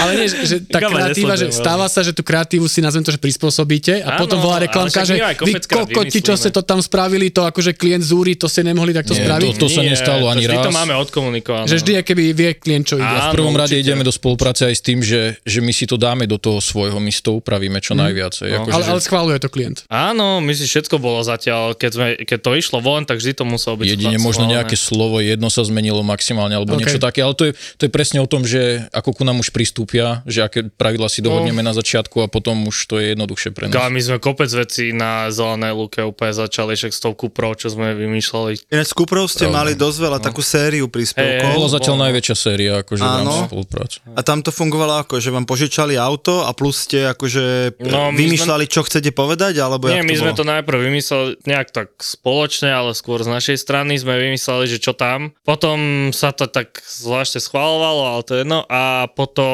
S3: Ale nie,
S4: [LAUGHS]
S3: že, že tá
S4: Gabo
S3: kreatíva, že
S4: nesledujem, ale- stáva
S3: stáva sa, že tú kreatívu si nazvem to, že prispôsobíte a
S4: Áno, potom
S3: potom
S4: volá
S3: volá
S4: ale reklamka,
S3: reklamka,
S4: však že
S3: že
S4: my aj vy
S3: vy
S4: kopeckrát kokoti,
S3: kokoti, čo
S4: čo vymyslíme. ste
S3: ste
S4: to
S3: to tam spravili, to akože klient zúri, to ste nemohli takto
S6: Nie,
S3: spraviť.
S6: spraviť? To sa nestalo ani
S4: vždy to
S6: raz.
S4: máme odkomunikované.
S3: Že vždy keby vie klient, čo ide.
S4: Áno,
S6: v prvom rade
S4: určite.
S6: ideme do spolupráce aj s tým, že, že my si to dáme do toho svojho, my si to upravíme čo najviac. No. Akože,
S3: Ale, ale schváluje to klient.
S4: Áno, my si všetko bolo zatiaľ, keď, sme, keď to išlo von, tak vždy to muselo byť
S6: Jedine možno nejaké slovo, jedno sa zmenilo maximálne, alebo
S3: OK.
S6: okay. niečo také, ale to je, to je presne o tom, že ako ku nám už pristúpia, že aké pravidla si dohodneme na začiatku a potom už to je jednoduchšie pre
S4: Ká,
S6: nás.
S4: my sme kopec vecí na zelenej luke úplne začali, však s tou kuprou, čo sme vymýšľali.
S2: Ináč s Kuprou ste
S6: Pravda.
S2: mali dosť veľa takú sériu
S4: Hej,
S6: Bola
S4: hej.
S2: príspevkov.
S6: zatiaľ najväčšia séria akože v rámci
S2: Áno.
S6: spolupráce.
S2: A tam to fungovalo ako, že vám požičali auto a plus ste akože
S4: No,
S2: no,
S4: my
S2: vymýšľali, čo chcete povedať, alebo
S4: Nie,
S2: jak
S4: my
S2: to
S4: sme
S2: bolo?
S4: to najprv vymysleli nejak tak spoločne, ale skôr z našej strany sme vymysleli, že čo tam. Potom sa to tak zvláštne schválovalo, ale to je jedno. A potom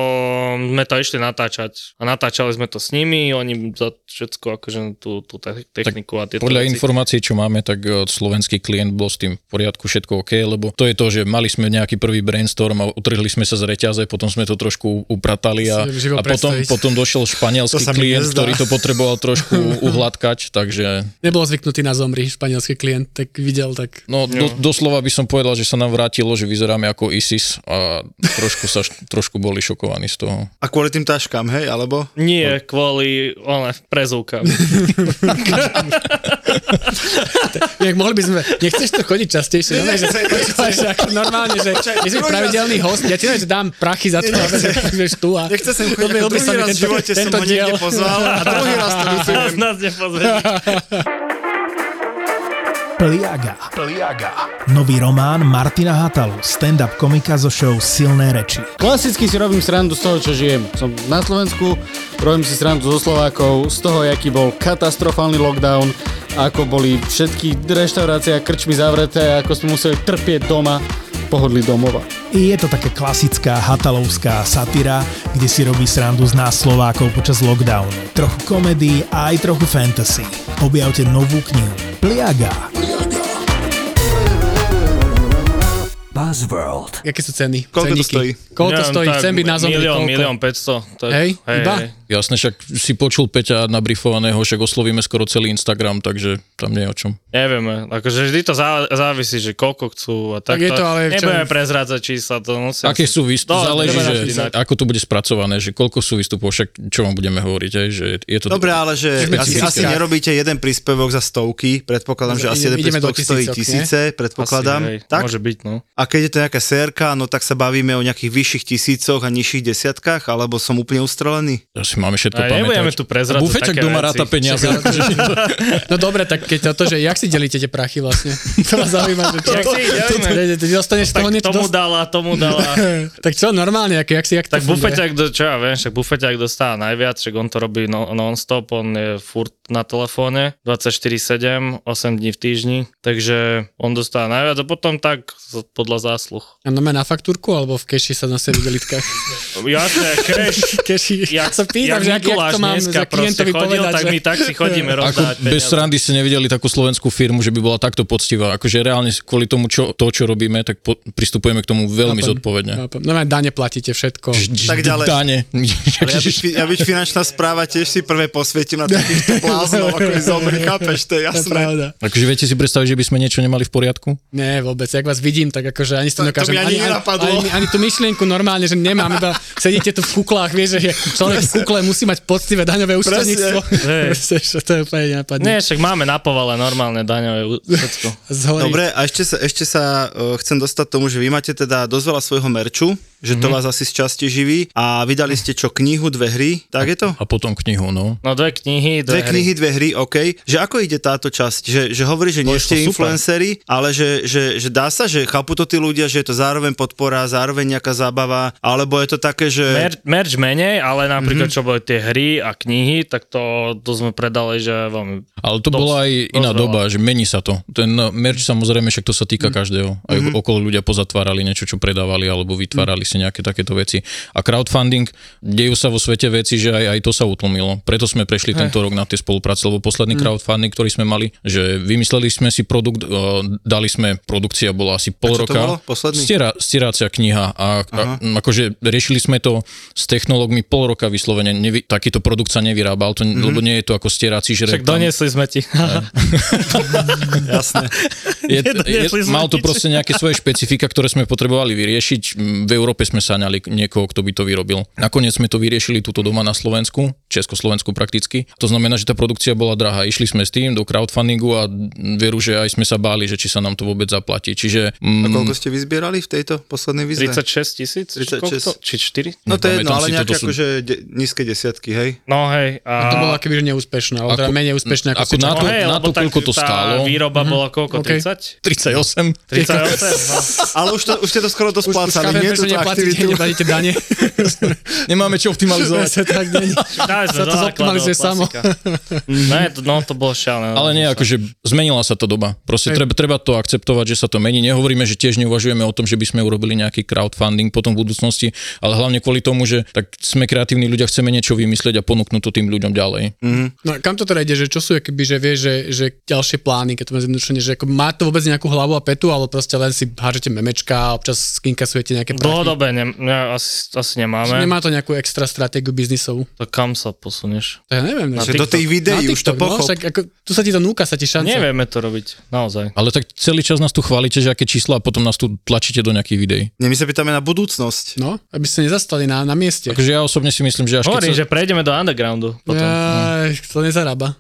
S4: sme to išli natáčať. A natáčali sme to s nimi, oni za všetko, akože tú, tú te- techniku a tieto
S6: Podľa
S4: veci.
S6: informácií, čo máme, tak eh, slovenský klient bol s tým v poriadku, všetko OK, lebo to je to, že mali sme nejaký prvý brainstorm a utrhli sme sa z reťaze, potom sme to trošku upratali
S3: Si
S6: a,
S3: neviem živo
S6: a potom,
S3: predstaviť.
S6: potom
S2: [LAUGHS]
S6: došiel španielský
S2: To sa mi
S6: klient,
S2: nezdá.
S6: ktorý to potreboval
S2: [LAUGHS]
S6: trošku uhladkať, takže
S3: Nebol zvyknutý na zomri španielský klient, tak videl, tak
S6: No, do, doslova by som povedal, že sa nám vrátilo, že vyzeráme ako ISIS a trošku, sa, trošku boli šokovaní z toho.
S2: A kvôli tým taškám, hej, alebo?
S3: No.
S4: Nie, kvôli ona,
S3: [LAUGHS]
S4: prezúkam.
S3: Inak mohli by sme, nechceš to chodiť častejšie, ne, že, počúvaj, že [LAUGHS] ako normálne, že ty si
S2: druhý
S3: pravidelný host, ja ti len, že dám prachy za to, aby [LAUGHS] si budeš tu a...
S2: Nechce sem chodiť,
S3: Dobre,
S2: ako
S3: dobre,
S2: druhý
S3: sa mi
S2: raz v
S3: tento-
S2: živote som
S3: tento
S2: ho niekde
S3: diel-
S2: pozval a druhý raz to vytujem.
S4: [LAUGHS] Nás, nás nepozvedí.
S9: Pliaga. Nový román Martina Hatalu, stand-up komika zo show Silné reči.
S10: Klasicky si robím srandu z toho, čo žijem. Som na Slovensku, robím si srandu zo Slovákov, z toho, aký bol katastrofálny lockdown, ako boli všetky reštaurácie a krčmy zavreté, ako sme museli trpieť doma. pohodlí domova.
S9: Je to také klasická hatalovská satyra, kde si robí srandu z nás Slovákov počas lockdownu. Trochu komedii a aj trochu fantasy. Objavte novú knihu. Pliaga.
S5: Buzzworld.
S3: Aké sú ceny?
S2: Koľko to
S3: Ceníky.
S2: stojí?
S3: Koľko
S4: Neviem,
S3: stojí?
S4: tak
S3: Chcem byť na zombie.
S4: Milión,
S3: koľko?
S4: milión 500. Tak,
S3: Hej, iba?
S6: Jasne, však si počul Peťa nabrifovaného, však oslovíme skoro celý Instagram, takže tam nie je o čom.
S4: Nevieme, akože vždy to zá, závisí, že koľko chcú a tak.
S3: Tak je to ale v čom-
S4: Nebudeme prezrádzať čísla, to musím...
S6: Aké sú výstupy,
S4: No,
S6: záleží,
S4: dobre,
S6: že,
S4: ináč.
S6: ako to bude spracované, že koľko sú výstupov, však čo vám budeme hovoriť, aj, že je to...
S2: Dobre, ale že
S6: Sme
S2: asi,
S6: tisícky.
S2: asi nerobíte jeden príspevok za stovky, predpokladám, No, že asi
S3: Ideme-
S2: jeden
S3: ideme do
S2: príspevok stojí
S3: tisícok, nie?
S2: tisíce, predpokladám.
S4: Asi, hej,
S2: tak?
S4: Môže byť, no.
S2: A keď je to nejaká sérka, no tak sa bavíme o nejakých vyšších tisícoch a nižších desiatkách, alebo som úplne ustrelený?
S6: Asi máme všetko
S4: A nebudeme tu
S6: pamätať.
S4: prezrádzať
S6: Bufeťak
S4: také
S6: doma
S4: veci.
S6: ráta peniaze. akože-
S3: [LAUGHS] No dobre, tak keď to, že jak si delíte tie prachy vlastne? [LAUGHS] To ma zaujíma, že čo?
S4: Jak si ich
S3: [LAUGHS]
S4: delíme?
S3: Ty- Ty dostaneš z
S4: Tak
S3: toho niečo
S4: tomu
S3: dosť-
S4: dala, tomu
S3: [LAUGHS]
S4: dala.
S3: tak čo, normálne, jak, jak si, jak to
S4: Tak
S3: funguje?
S4: bufeťak, do- čo ja viem, však bufeťak dostáva najviac, však on to robí no, non-stop, on je furt na telefóne, 24-7, 8 dní v týždni, takže on dostáva najviac a potom tak z- podľa zásluh.
S3: A normálne na faktúrku, alebo v keši sa na sebe delitkách?
S4: Jasne, cash.
S3: [LAUGHS] keši. Ja, sa pýtam, že jak, jak to mám za klientovi
S4: chodil,
S3: povedať,
S4: tak
S3: že...
S4: my tak si chodíme
S6: Ako
S4: rozdávať
S6: bez
S4: peniaze.
S6: srandy ste nevideli takú slovenskú firmu, že by bola takto poctivá. Akože reálne kvôli tomu, čo, to, čo robíme, tak po, pristupujeme k tomu veľmi
S3: Chápem.
S6: zodpovedne.
S3: Chápem. Normálne No, dane platíte všetko.
S2: Tak ďalej.
S6: Dane.
S2: Ale ja, byť, ja byť finančná správa tiež si prvé posvietím na [LAUGHS] takýchto bláznov, ako mi zomri, chápeš, to je
S3: To je
S2: jasné.
S3: pravda.
S6: [LAUGHS] Akože viete si predstaviť, že by sme niečo nemali v poriadku?
S3: Nie, vôbec. Jak vás vidím, tak akože ani ste
S2: Tak to
S3: dokážem.
S2: mi ani
S3: ani,
S2: nenapadlo.
S3: ani, ani, tú myšlienku normálne, že nemám. Iba sedíte tu v kuklách, vieš, že človek v kukle musí mať poctivé daňové účtovníctvo.
S4: Hej.
S3: Proste, že to je úplne nenapadne.
S4: Nie, však máme na povale normálne daňové u- všetko.
S3: Zhorí.
S2: Dobre, a ešte sa, ešte sa uh, chcem dostať tomu, že vy máte teda dosť veľa svojho merču, že to vás asi z časti živí a vydali ste čo, knihu, dve hry, tak je to?
S6: A potom knihu, no.
S4: No dve knihy, dve,
S2: Dve knihy, dve hry, OK. Že ako ide táto časť? Že, že hovorí, že nie
S4: Bože,
S2: ste
S4: to super.
S2: influenceri, ale že, že, že dá sa, že chápu to tí ľudia, že je to zároveň podpora, zároveň nejaká zábava, alebo je to také, že...
S4: Mer- merch menej, ale
S3: Mhm.
S4: napríklad čo boli tie hry a knihy, tak to, to sme predali, že veľmi...
S6: Ale to
S4: Dosť-
S6: bola aj iná
S4: dosť veľa.
S6: doba, že mení sa to. Ten no, merch samozrejme, však to sa
S2: Mhm.
S6: týka každého. Aj okolo ľudia pozatvárali niečo, čo predávali, alebo vytvárali
S2: Mhm.
S6: si nejaké takéto veci. A crowdfunding, dejú sa vo svete veci, že aj, aj to sa utlmilo. Preto sme prešli tento rok na tie spolupráce, lebo
S2: Mhm.
S6: posledný crowdfunding, ktorý sme mali, že vymysleli sme si produkt, e, dali sme, produkcia bola asi
S2: A
S6: pol
S2: čo to
S6: roka.
S2: bolo? Posledný?
S6: Stiera, stierácia kniha a, a m, akože riešili sme to s technológmi pol roka vyslovene. Nevy, takýto produkt sa nevyrábal, to,
S2: Mhm.
S6: lebo nie je to ako stierací žreb.
S4: Však
S6: tam-
S4: doniesli sme ti.
S2: Jasné. [LAUGHS]
S6: je, je,
S4: Nedoniesli sme
S6: mal to
S4: nič.
S6: proste nejaké svoje špecifika, ktoré sme potrebovali vyriešiť. Mm, V Európe sme sáňali niekoho, kto by to vyrobil. Nakoniec sme to vyriešili túto doma na Slovensku, Československu prakticky. To znamená, že tá produkcia bola drahá. Išli sme s tým do crowdfundingu a veru, že aj sme sa báli, že či sa nám to vôbec zaplatí. Čiže
S2: A
S6: mm,
S2: koľko ste vyzbierali v tejto poslednej výzve?
S4: 36 tisíc? či
S2: 36.
S4: koľko to? Či 4?
S2: No to je jedno,
S6: Nepamätám
S2: ale
S6: si to,
S2: nejaké
S6: to sú-
S2: akože de- nízke desiatky, hej?
S4: No hej. A...
S3: To bola akoby že neúspešná, ale teda
S6: Ako-
S3: menej úspešná ako,
S6: ako
S3: si
S6: na
S4: no
S6: to-
S4: hej, lebo
S6: to,
S4: tak
S6: koľko to
S4: tá
S6: stálo.
S4: výroba bola koľko?
S3: Mhm. OK. [LAUGHS]
S4: 30?
S6: 38.
S4: 38? No.
S2: [LAUGHS] Ale už, to, už ste to skoro dosplácali,
S3: chápem,
S2: nie
S3: prečo
S2: túto
S3: neplatíte,
S2: aktivitu.
S3: neplatíte dane.
S6: [LAUGHS] Nemáme čo
S2: [LAUGHS]
S6: optimalizovať.
S3: Zase tak není.
S4: Dali sme
S3: Sa to
S4: do
S3: zoptimalizuje
S4: nákladov,
S3: samo.
S4: klasika. [LAUGHS] Ne, to- no to bolo šialené.
S6: Ale nie, akože zmenila sa tá doba. Proste
S3: Hej.
S6: treba, treba to akceptovať, že sa to mení. Nehovoríme, že tiež neuvažujeme o tom, že by sme urobili nejaký crowdfunding potom v budúcnosti, ale hlavne kvôli tomu, že tak sme kreatívni ľudia, chceme niečo vymyslieť a ponúknuť to tým ľuďom ďalej.
S4: Hm.
S3: No a kam to teda ide, že čo sú keby, že vieš, že, že ďalšie plány, keď to máme zjednodušenie, že ako má to vôbec nejakú hlavu a petu, alebo proste len si hážete memečka a občas skinkasujete nejaké prachy.
S4: Dlhodobé ne, ne, asi, asi nemáme.
S3: Nemá to nejakú extra stratégiu biznisovú.
S4: To kam sa posunieš?
S3: To ja neviem. Ne?
S4: Na
S2: Že do tých videí už to
S3: no,
S2: pochop.
S3: však ako, tu sa ti to núka, sa ti šanca.
S4: Nevieme to robiť, naozaj.
S6: Ale tak celý čas nás tu chválite, že aké čísla a potom nás tu tlačíte do nejakých videí.
S2: Nie, my sa pýtame na budúcnosť.
S3: No, aby ste nezastali na, na mieste.
S2: Akože
S6: Takže ja osobne si myslím, že až
S4: Hovorím,
S6: keď sa...
S4: že prejdeme do undergroundu
S2: no.
S4: potom.
S3: Aj, to nezarába.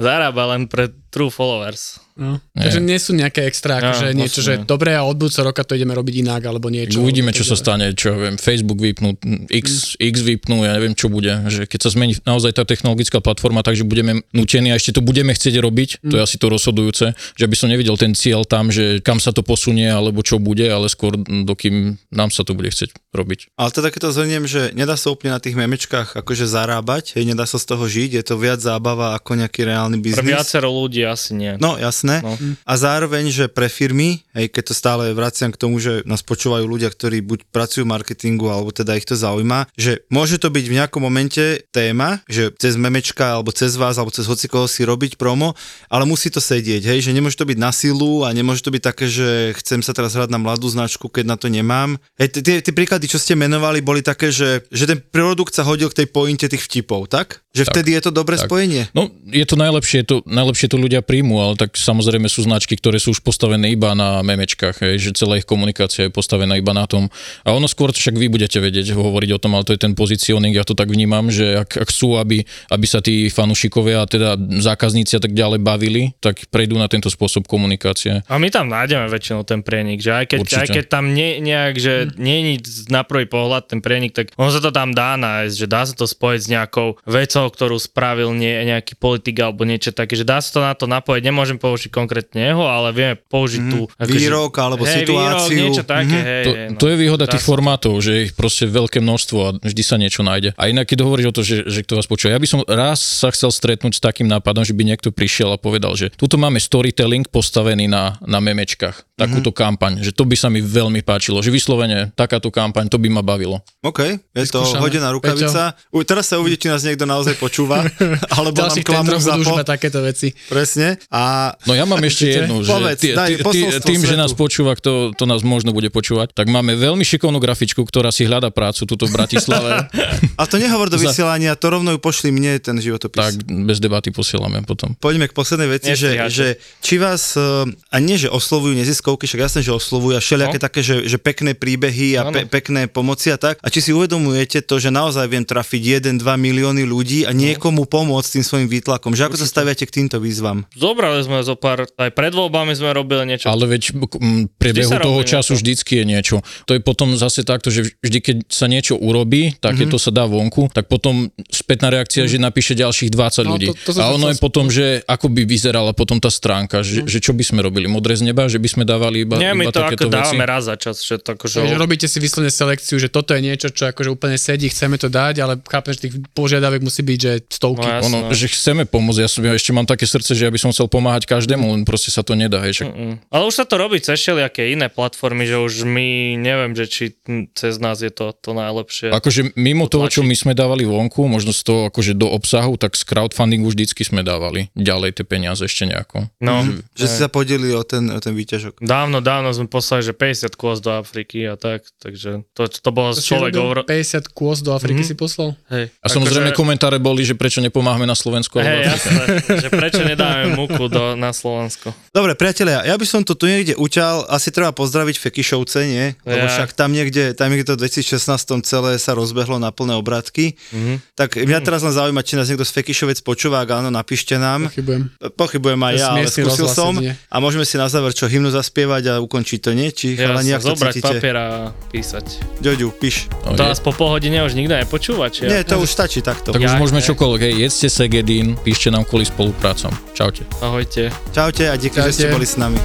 S4: Zarába len pre true followers.
S3: No. Takže nie sú nejaké extra,
S4: Ja,
S3: akože niečo, že
S4: vlastne.
S3: dobre a od budúceho roka to ideme robiť inak, alebo niečo.
S6: Uvidíme, čo
S3: Alebo
S6: sa
S3: tak ďalej.
S6: stane, čo ja viem, Facebook vypnú, X, X vypnú, ja neviem, čo bude. Že keď sa zmení naozaj tá technologická platforma, takže budeme nutení a ešte to budeme chcieť robiť, to je asi to rozhodujúce, že aby som nevidel ten cieľ tam, že kam sa to posunie alebo čo bude, ale skôr mm, dokým nám sa to bude chcieť robiť.
S2: Ale teda keď to zhrniem, že nedá sa úplne na tých memečkách akože zarábať, hej, nedá sa z toho žiť, je to viac zábava ako nejaký reálny
S4: Pre
S2: biznis.
S4: viacero ľudí ľudí asi nie.
S2: No jasné.
S4: No.
S2: No. A zároveň, že pre firmy, hej, keď to stále vraciam k tomu, že nás počúvajú ľudia, ktorí buď pracujú v marketingu, alebo teda ich to zaujíma, že môže to byť v nejakom momente téma, že cez memečka, alebo cez vás, alebo cez hocikoho si robiť promo, ale musí to sedieť, hej, že nemôže to byť na silu a nemôže to byť také, že chcem sa teraz hrať na mladú značku, keď na to nemám. Hej, tie, tie príklady, čo ste menovali, boli také, že, že ten produkt sa hodil k tej pointe tých vtipov, tak? Že
S6: Tak.
S2: vtedy je to dobré
S6: Tak.
S2: spojenie.
S6: No, je to najlepšie, to, najlepšie to ľudia príjmu, ale tak samozrejme sú značky, ktoré sú už postavené iba na memečkách, hej, že celá ich komunikácia je postavená iba na tom. A ono skôr však vy budete vedieť hovoriť o tom, ale to je ten pozicioning, ja to tak vnímam, že ak, ak chcú, aby, aby sa tí fanúšikovia a teda zákazníci a tak ďalej bavili, tak prejdú na tento spôsob komunikácie.
S4: A my tam nájdeme väčšinou ten prienik, že aj keď,
S6: Určite.
S4: aj keď tam nie, nejak,
S2: Mhm.
S4: že nie je nič na prvý pohľad ten prienik, tak on sa to tam dá nájsť, že dá sa to spojiť s nejakou vecou, ktorú spravil nie, nejaký politik alebo niečo také, že dá sa to na to napojiť, nemôžem použiť konkrétne jeho, ale vieme použiť mm-hmm. tú...
S2: Mhm. Výrok alebo
S4: hej,
S2: situáciu.
S4: Výrok, niečo také,
S2: Mhm.
S4: mm-hmm. hej,
S6: To,
S4: hej,
S6: to je výhoda
S4: Dá
S6: tých
S4: sa-
S6: formátov, že ich proste veľké množstvo a vždy sa niečo nájde. A inak, keď hovoríš o to, že, že kto vás počúva, ja by som raz sa chcel stretnúť s takým nápadom, že by niekto prišiel a povedal, že tuto máme storytelling postavený na, na memečkách,
S2: Mhm.
S6: takúto mm-hmm. kampaň, že to by sa mi veľmi páčilo, že vyslovene takáto kampaň, to by ma bavilo.
S2: OK, je to
S3: Vyskúšané.
S2: hodená rukavica. U, teraz sa uvidí, či nás niekto naozaj počúva, alebo nám
S3: Ďalší
S2: klamú
S3: tendroch
S2: za
S3: budú už
S2: po.
S3: mať takéto veci.
S2: Presne. A
S6: No ja
S2: [LAUGHS]
S6: mám ešte jednu, že
S2: Povedz,
S6: tý-
S2: daj
S6: tý-
S2: posolstvo
S6: tým, že
S2: svetu.
S6: nás počúva, kto to nás možno bude počúvať, tak máme veľmi šikovnú grafičku, ktorá si hľada prácu tuto v Bratislave.
S2: [LAUGHS] A to nehovor do
S6: Za-
S2: vysielania, to rovno ju pošli mne, ten životopis.
S6: tak bez debaty posielame potom.
S2: Poďme k poslednej veci, že,
S4: Nestíhate.
S2: že či vás, ehm, a nie že oslovujú neziskovky, však jasné, že oslovujú a všelijaké
S4: No.
S2: také, že, že pekné príbehy a
S4: Áno.
S2: pe, pekné pomoci a tak, a či si uvedomujete to, že naozaj viem trafiť 1-2 milióny ľudí a niekomu pomôcť tým svojim výtlakom, že ako sa staviate k týmto výzvam?
S4: Zobrali sme zo pár, aj pred voľbami sme robili niečo.
S6: Ale veď k- m, priebehu
S4: Vždy sa
S6: toho
S4: robí
S6: času
S4: niečo.
S6: vždycky je niečo. To je potom zase takto, že vždy, keď sa niečo urobí,
S10: Mhm.
S6: takéto mm-hmm. sa dá vonku, tak potom spätná reakcia, mm-hmm. že napíše ďalších 20
S3: No,
S6: ľudí.
S3: to- to som
S6: a
S3: sa
S6: ono
S3: chcel
S6: je potom, že ako by vyzerala potom tá stránka, že,
S10: Mhm.
S6: mm-hmm. že čo by sme robili? Modré z neba, že by sme dávali iba,
S4: Nie, my
S6: iba
S4: to
S6: takéto
S4: ako
S6: veci?
S4: dávame raz za čas, že to akože...
S3: Takže robíte si vyslovene selekciu, že toto je niečo, čo akože úplne sedí, chceme to dať, ale chápem, že tých požiadaviek musí byť, že
S4: No,
S3: stovky.
S4: jasné.
S6: Ono, že chceme pomôcť, ja, som, ja ešte mám také srdce, že ja by som chcel pomáhať každému, len proste sa to nedá. Hej, však
S4: Mm. Ale už sa to robí cez všelijaké iné platformy, že už my neviem, že či hm, cez nás je to to najlepšie.
S6: Akože mimo
S4: To
S6: toho,
S4: tlačí.
S6: čo my sme dávali vonku, možno z toho akože do obsahu, tak z crowdfundingu vždycky sme dávali ďalej tie peniaze ešte nejako.
S4: No,
S2: Mhm. Že si sa podelili o ten, o ten výťažok.
S4: dávno, dávno sme poslali, že 50 kôz do Afriky a tak, takže to, to bolo
S3: To
S4: to
S3: si
S4: človek
S3: robil?
S4: over...
S3: 50 kôz do Afriky
S4: Mhm.
S3: si poslal?
S4: Hej,
S6: A samozrejme komentáre boli, že prečo nepomáhame na Slovensku.
S4: Hej,
S6: alebo-
S4: jasné, že prečo nedáme múku do, na Slovensko.
S2: Dobre, priatelia, ja by som to tu niekde uťal, asi treba pozdraviť Fekišovce, nie? Lebo
S4: Ja.
S2: však tam niekde, tam niekde to v 2016 celé sa rozbehlo na plné obratky.
S4: Mhm.
S2: Tak mňa teraz len zaujíma, či nás niekto z Fekišovec počúva, ak áno, napíšte nám.
S3: Chybujem.
S2: Pochybujem aj
S3: To je
S2: ja, ale
S3: smiešný
S2: skúsil
S3: rozhlas
S2: som.
S3: jedine.
S2: A môžeme si na záver čo, hymnu zaspievať a ukončiť to, nie? Či
S4: Ja
S2: chalani,
S4: som
S2: ak to
S4: zobrať
S2: cítite?
S4: papier a písať.
S2: Ďoďu, píš.
S6: No,
S4: To
S6: je-
S4: nás po pol hodine už nikto nepočúva, či
S2: Nie,
S4: ja?
S2: to už stačí takto.
S6: Tak už
S4: Ja-
S6: môžeme
S4: ja-
S6: čokoľvek, hej, jedzte segedín, píšte nám kvôli spoluprácom. Čaute.
S4: Ahojte.
S2: Čaute a díky, že ste
S3: Čaute.
S2: boli s nami.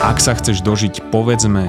S8: Ak sa chceš dožiť povedzme